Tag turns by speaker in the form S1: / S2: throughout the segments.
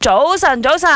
S1: 早晨，早晨，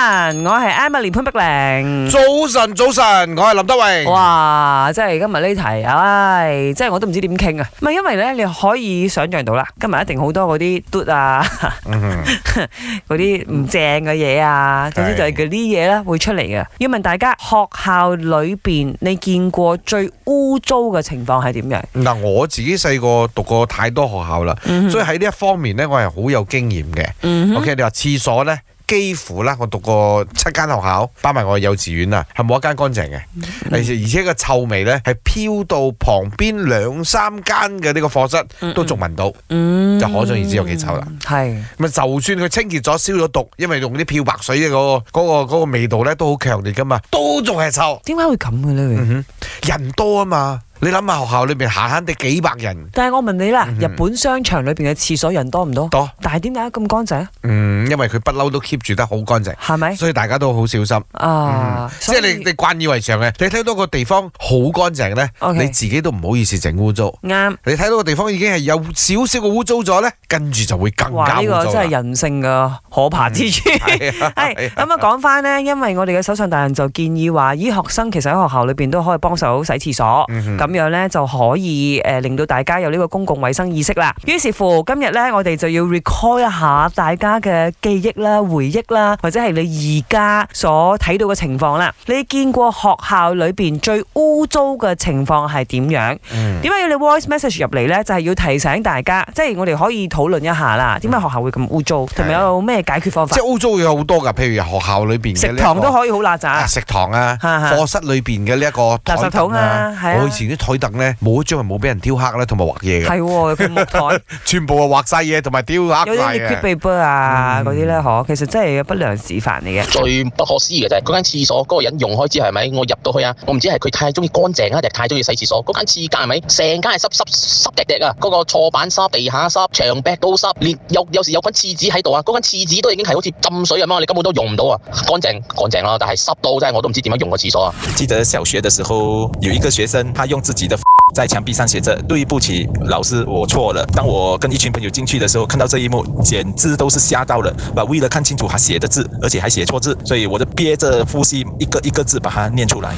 S1: 我係 Emily 潘碧玲。
S2: 早晨，早晨，我係林德榮。
S1: 哇！真係今日呢題，啊唉，真係我都唔知點傾啊！唔係因為咧，你可以想象到啦，今日一定好多嗰啲嘟啊，
S2: 嗯哼，
S1: 嗰啲唔正嘅嘢啊，總之就係嗰啲嘢啦會出嚟嘅。要問大家學校裏邊你見過最污糟嘅情況係點樣？
S2: 嗱，我自己細個讀過太多學校啦，所以喺呢一方面呢，我係好有經驗嘅。
S1: 嗯
S2: OK，你話廁所呢，幾乎啦，我讀過七間學校，包埋我幼稚園啊，係冇一間乾淨嘅，
S1: 嗯
S2: 而且而且個臭味呢，係飄到旁邊兩三間嘅呢個課室都仲聞到，
S1: 嗯
S2: 就可想而知有幾臭啦。
S1: 係
S2: 咁啊就算佢清潔咗、消咗毒，因為用啲漂白水嘅嗰、個嗰、個嗰個味道呢都好強烈噶嘛，都仲係臭。
S1: 點解會咁嘅咧？
S2: 嗯哼，人多啊嘛，你諗下學校裏面閒閒地幾百人
S1: 但係我問你啦，
S2: 嗯哼
S1: 日本商場裏邊嘅廁所人多唔多？
S2: 多，
S1: 但係點解咁乾淨啊？
S2: 嗯，因為佢不嬲都 keep 住得好乾淨，
S1: 係咪？
S2: 所以大家都好小心。
S1: 啊，
S2: 嗯即係你你慣以為常嘅，你睇到個地方好乾淨呢
S1: OK
S2: 你自己都唔好意思整污糟。
S1: 你啱。
S2: 你睇到個地方已經係有少少嘅污糟咗呢，跟住就會更加
S1: 哇！
S2: 污
S1: 呢個
S2: 糟
S1: 真係
S2: 啦。
S1: 人性嘅可怕之 處。
S2: 係啊
S1: 係咁啊，講翻呢，因為我哋嘅首相大人就建議話，咦，學生其實喺學校裏邊都可以幫手洗廁所，
S2: 嗯哼
S1: 咁樣呢就可以誒、呃令到大家有呢個公共衛生意識啦。於是乎，今日呢，我哋就要 recall 一下大家嘅記憶啦、回憶啦，或者係你而家所睇到嘅情況啦。你見過學校裏邊最污糟嘅情況係點樣？
S2: 嗯
S1: 點解要你 voice message 入嚟呢？就係、要提醒大家，即係我哋可以討論一下啦。點解學校會咁污糟，同埋有咩解決方法
S2: 嗯即係？污糟有好多㗎，譬如學校裏面嘅呢
S1: 食
S2: 一個
S1: 堂都可以好邋
S2: 啊
S1: 遢，
S2: 食堂啊，
S1: 哈哈
S2: 課室裏面嘅呢一個
S1: 垃圾桶
S2: 台凳
S1: 啊，係啊
S2: 我以，前啲台凳呢，冇一張係冇俾人挑黑啦，同埋畫嘢嘅。
S1: 係喎，佢木 台
S2: 全部啊畫晒嘢，同埋呃雕刻
S1: 有啲 liquid paper
S2: 嗯
S1: 啊嗰啲呢，嗬，其實真係不良示範嚟嘅。
S3: 最不可思議嘅就係嗰間廁所嗰個人用開之後係咪？我入到去啊，我唔知係佢太中意乾淨啊，定係太中意洗廁所。嗰間廁間係咪成間係濕濕濕滴滴啊？嗰、個坐板濕、地下濕、牆壁都濕，連有有時有滾廁紙喺度啊！嗰間廁紙都已經係好似浸水咁樣，你根本都用唔到啊！乾淨乾淨啦，但係濕到真係我都唔知點樣用個廁所啊！
S4: 记得小学的时候，有一个学生，他用自己的 在墙壁上写着“对不起，老师，我错了”。当我跟一群朋友进去的时候，看到这一幕，简直都是吓到了。啊，为了看清楚他写的字，而且还写错字，所以我就憋着呼吸，一个一个字把它念出来。